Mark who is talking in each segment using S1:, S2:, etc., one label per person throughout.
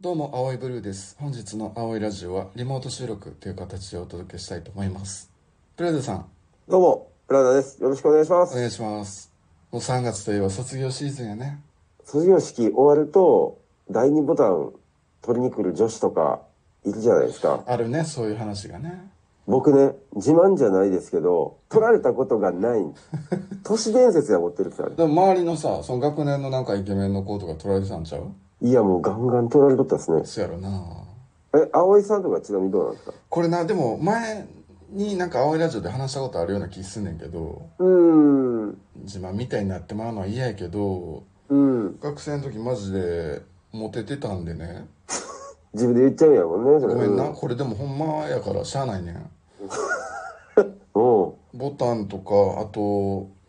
S1: どうも、青いブルーです。本日の青いラジオはリモート収録という形でお届けしたいと思います。ブラザーさん、
S2: どうも、プラダです。よろしくお願いしま
S1: お
S2: す。
S1: 願いします。もう3月といえば卒業シーズンやね。
S2: 卒業式終わると、第二ボタン取りに来る女子とかいるじゃないですか。
S1: あるね、そういう話がね。
S2: 僕ね、自慢じゃないですけど、取られたこと がない。都市伝説や持ってるんですよ、あれ
S1: でも周りのさ、その学年のなんかイケメンの子とか取られてたんちゃう
S2: いや、もうガンガン取られとったですね。
S1: そうやろな
S2: え、葵さんとかちなみにどうなんですか
S1: これな、でも前になんか青いラジオで話したことあるような気すんねんけど、
S2: うーん、
S1: 自慢みたいになってもらうのは嫌やけど、
S2: うん。
S1: 学生の時マジでモテてたんでね。
S2: 自分で言っちゃうんやもんね、それ。
S1: ごめんな、
S2: う
S1: これでもほんまやからしゃあないねん。
S2: おう
S1: ボタンとかあと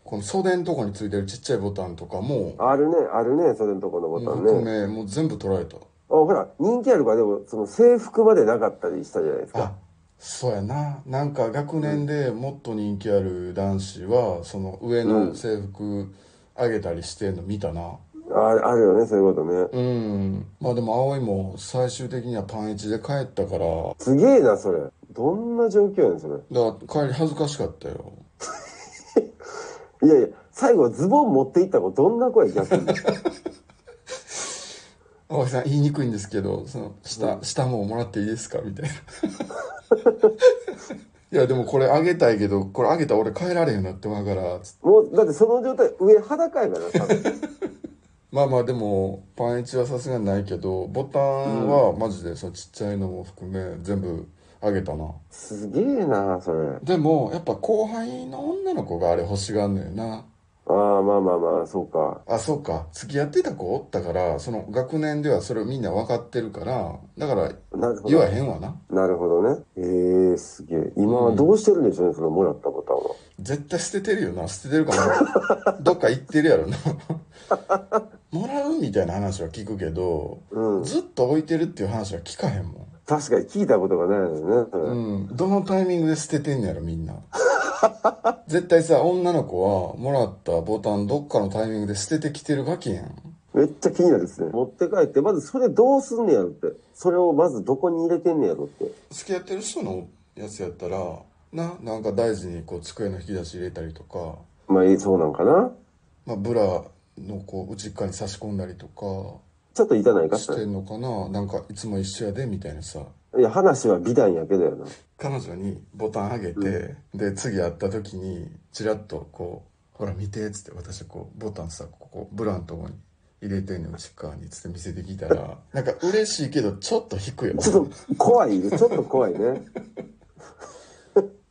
S1: この袖のとこについてるちっちゃいボタンとかも
S2: あるね、あるね、それのとこのボタ
S1: もう
S2: ン
S1: 含め
S2: ね。
S1: もう全部取られた
S2: あ、ほら、人気あるから、でも、その制服までなかったりしたじゃないですか。
S1: あそうやななんか学年でもっと人気ある男子はその上の制服あげたりしてんの見たな
S2: ああるよね、そういうことね。
S1: うんまあでも葵も最終的にはパンイチで帰ったからだ
S2: すげえな、それ。どんな状況やねん、それ。
S1: から帰り恥ずかしかったよ
S2: いやいや、最後ズボン持っていった子、どんな子や、逆に。
S1: 葵さん言いにくいんですけどその下、下ももらっていいですかみたいな いやでもこれあげたいけどこれあげたら俺帰られへんなってまうからつって
S2: もう、だってその状態、上裸やから、多分。
S1: まあまあでもパンイチはさすがにないけどボタンはマジでそのちっちゃいのも含め全部あげたな
S2: すげえな、それ。
S1: でもやっぱ後輩の女の子があれ欲しがんのよな
S2: ああ、まあまあまあ、そうか。
S1: あそうか付き合ってた子おったからその学年ではそれをみんな分かってるからだから
S2: なるほ
S1: 言
S2: ど。
S1: わへんわな
S2: なるほどね。ええー、すげえ。今はどうしてるんでしょうね、そのもらったボタンは。
S1: 絶対捨ててるよな捨ててるか もどっか行ってるやろなもらうみたいな話は聞くけど
S2: うん。
S1: ずっと置いてるっていう話は聞かへんも
S2: 確かに聞いたことがないのね、それ。
S1: ん、うん、どのタイミングで捨ててんやろみん な絶対さ女の子はもらったボタンどっかのタイミングで捨ててきてるガキやん
S2: めっちゃ気になるですね。持って帰って、まずそれどうすんねやろって。それをまずどこに入れてんねやろって。
S1: 付き合ってる人のやつやったらななんか大事にこう机の引き出し入れたりとか、
S2: まあ、ええそうなんかな。
S1: まあ、ブラのこう内っ側に差し込んだりとか
S2: ちょっと痛ないかし
S1: して
S2: ら。
S1: んのかななんかいつも一緒やでみたいなさ
S2: いや、話は美談やけどやな。
S1: 彼女にボタンあげて、で次会った時にチラッとこう「ほら見て」っつって私こうボタンさここブランとこに入れてんの内側にっつって見せてきたらなんか嬉しいけどちょっと引くよ
S2: ちょっと怖い、ちょっと怖いね。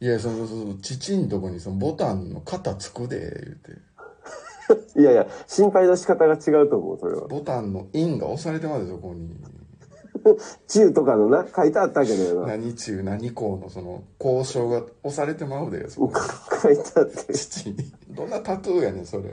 S1: いやそのその父んとこにそのボタンの肩つくで言うて
S2: いやいや、心配の仕方が違うと思う、それは。
S1: ボタンのインが押されてまでそこに
S2: 中とかのな、書いてあったけどよな。
S1: 何中何項のその交渉が押されてまうでそこ
S2: 書いてあって。
S1: 父にどんなタトゥーやねんそれ。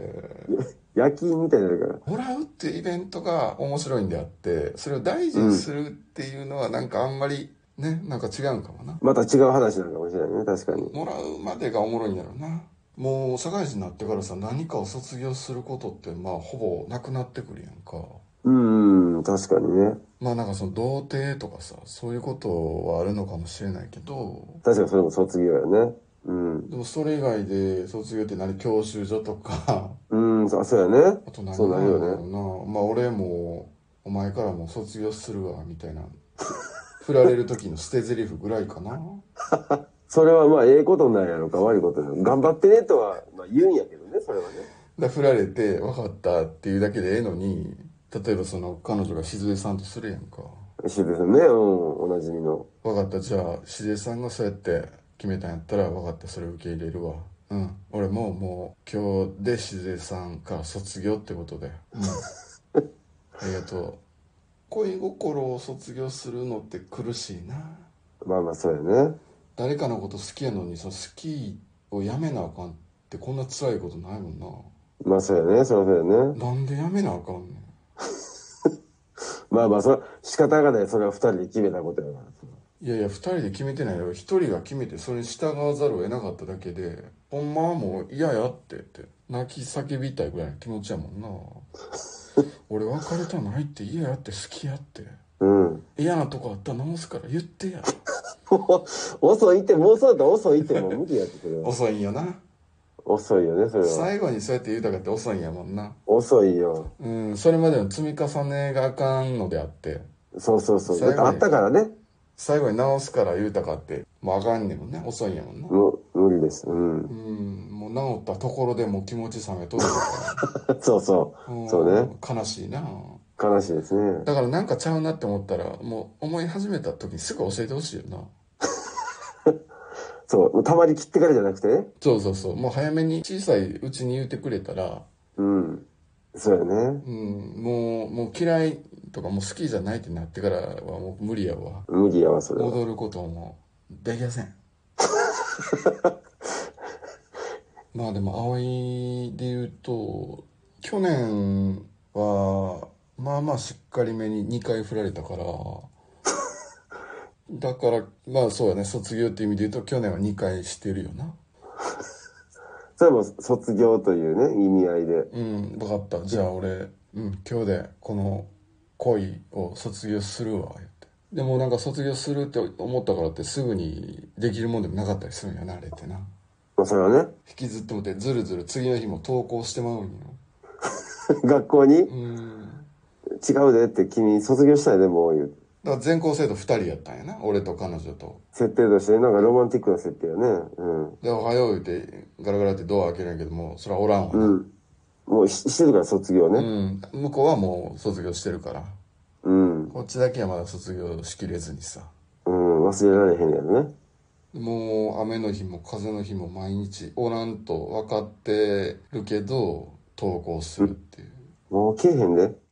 S2: 夜勤みたいになるから。
S1: もらうっていうイベントが面白いんであってそれを大事にするっていうのはなんかあんまりねなんか違うんかもな
S2: また違う話なのかもしれないね、確かに。
S1: もらうまでがおもろいんやろなもう社会人になってからさ何かを卒業することってまあほぼなくなってくるやんか
S2: うーん、確かにね。
S1: まあなんかその童貞とかさそういうことはあるのかもしれないけど
S2: 確かにそれも卒業やね。うん。
S1: でもそれ以外で卒業って何教習所とか
S2: うーん、そそうやね
S1: あ。と何
S2: そうなるよね
S1: なんだろうなまあ俺もお前からも卒業するわみたいな 振られる時の捨て台詞ぐらいかな
S2: それはまあ、ええことなんやろか、悪いことなのか。頑張ってねとは、まあ、言うんやけどね、それはね。
S1: で振られて分かったっていうだけでええのに例えばその彼女がしずえさんとするやんか
S2: 渋谷さんね、うん、おなじみの。
S1: 分かったじゃあしずえさんがそうやって決めたんやったら分かったそれ受け入れるわうん俺ももう今日でしずえさんから卒業ってことで うんありがとう恋心を卒業するのって苦しいな
S2: まあまあ、そうやね。
S1: 誰かのこと好きやのにその好きをやめなあかんってこんな辛いことないもんな
S2: まあ、そうやね、それはそうやね。
S1: なんでやめなあかんねん
S2: まあまあ、それは仕方がない。それは二人で決めたことやから。
S1: いやいや2人で決めてないよ1人が決めてそれに従わざるを得なかっただけでほんまはもう嫌やってって泣き叫びたいぐらいの気持ちやもんな俺別れたないって嫌やって好きやって
S2: うん。うん。
S1: 嫌なとこあったら直すから言ってや。
S2: 遅いって、もうそうだったら遅いって、もう無理やってそれは。
S1: 遅いんよな。
S2: 遅いよね、それは。
S1: 最後にそうやって言うたかって遅いんやもんな。
S2: 遅いよ。
S1: うん、それまでの積み重ねがあかんのであって、
S2: そうそうそう。だっ
S1: 最後
S2: て
S1: に
S2: あったからね。
S1: 最後に直すから言うたかって、もうあかんねんもんね。遅いんやもんな。
S2: む無理です。うん
S1: う。ん、もう直ったところでもう気持ち冷めとるか
S2: そうそ
S1: ら。ん
S2: そうね。
S1: 悲しいな。
S2: う。悲しいですね。
S1: だからなんかちゃうなって思ったら、もう思い始めた時にすぐ教えてほしいよな。
S2: そう。たまり切ってからじゃなくてね。
S1: そうそうそう。もう早めに小さいうちに言うてくれたら、
S2: うん。そうやね。
S1: うん、もう、もう嫌いとかもう好きじゃないってなってからはもう無理やわ。
S2: 無理やわ、それは。
S1: 戻ることもできません。 まあでも、葵で言うと、去年は、まあまあしっかりめに2回振られたから、 だから、まあそうやね、卒業っていう意味で言うと、去年は2回してるよな。
S2: それも卒業というね、意味合いで。
S1: うん、分かった。じゃあ俺、うん、今日でこの恋を卒業するわ、言って。でもなんか卒業するって思ったからってすぐにできるもんでもなかったりするんやな、あれってな。
S2: まあ、それはね。
S1: 引きずってもってずるずる次の日も投稿してまうんよ。
S2: 学校に
S1: う、ん。
S2: 違うでって君卒業したいでもう言う。
S1: だから全校生徒2人やったんやな、俺と彼女と。
S2: 設定として、なんかロマンティックな設定よね。うん。
S1: で、おはよう言ってガラガラってドア開けるんやけども、それはおらんわ
S2: う
S1: な。
S2: ん。もうししてるから卒業
S1: う
S2: ね。
S1: ん。向こうはもう卒業してるから。
S2: うん。
S1: こっちだけはまだ卒業しきれずにさ。
S2: うん。忘れられへんやろね。
S1: もう雨の日も風の日も毎日おらんと分かってるけど投稿するっていう
S2: もうけえへんで。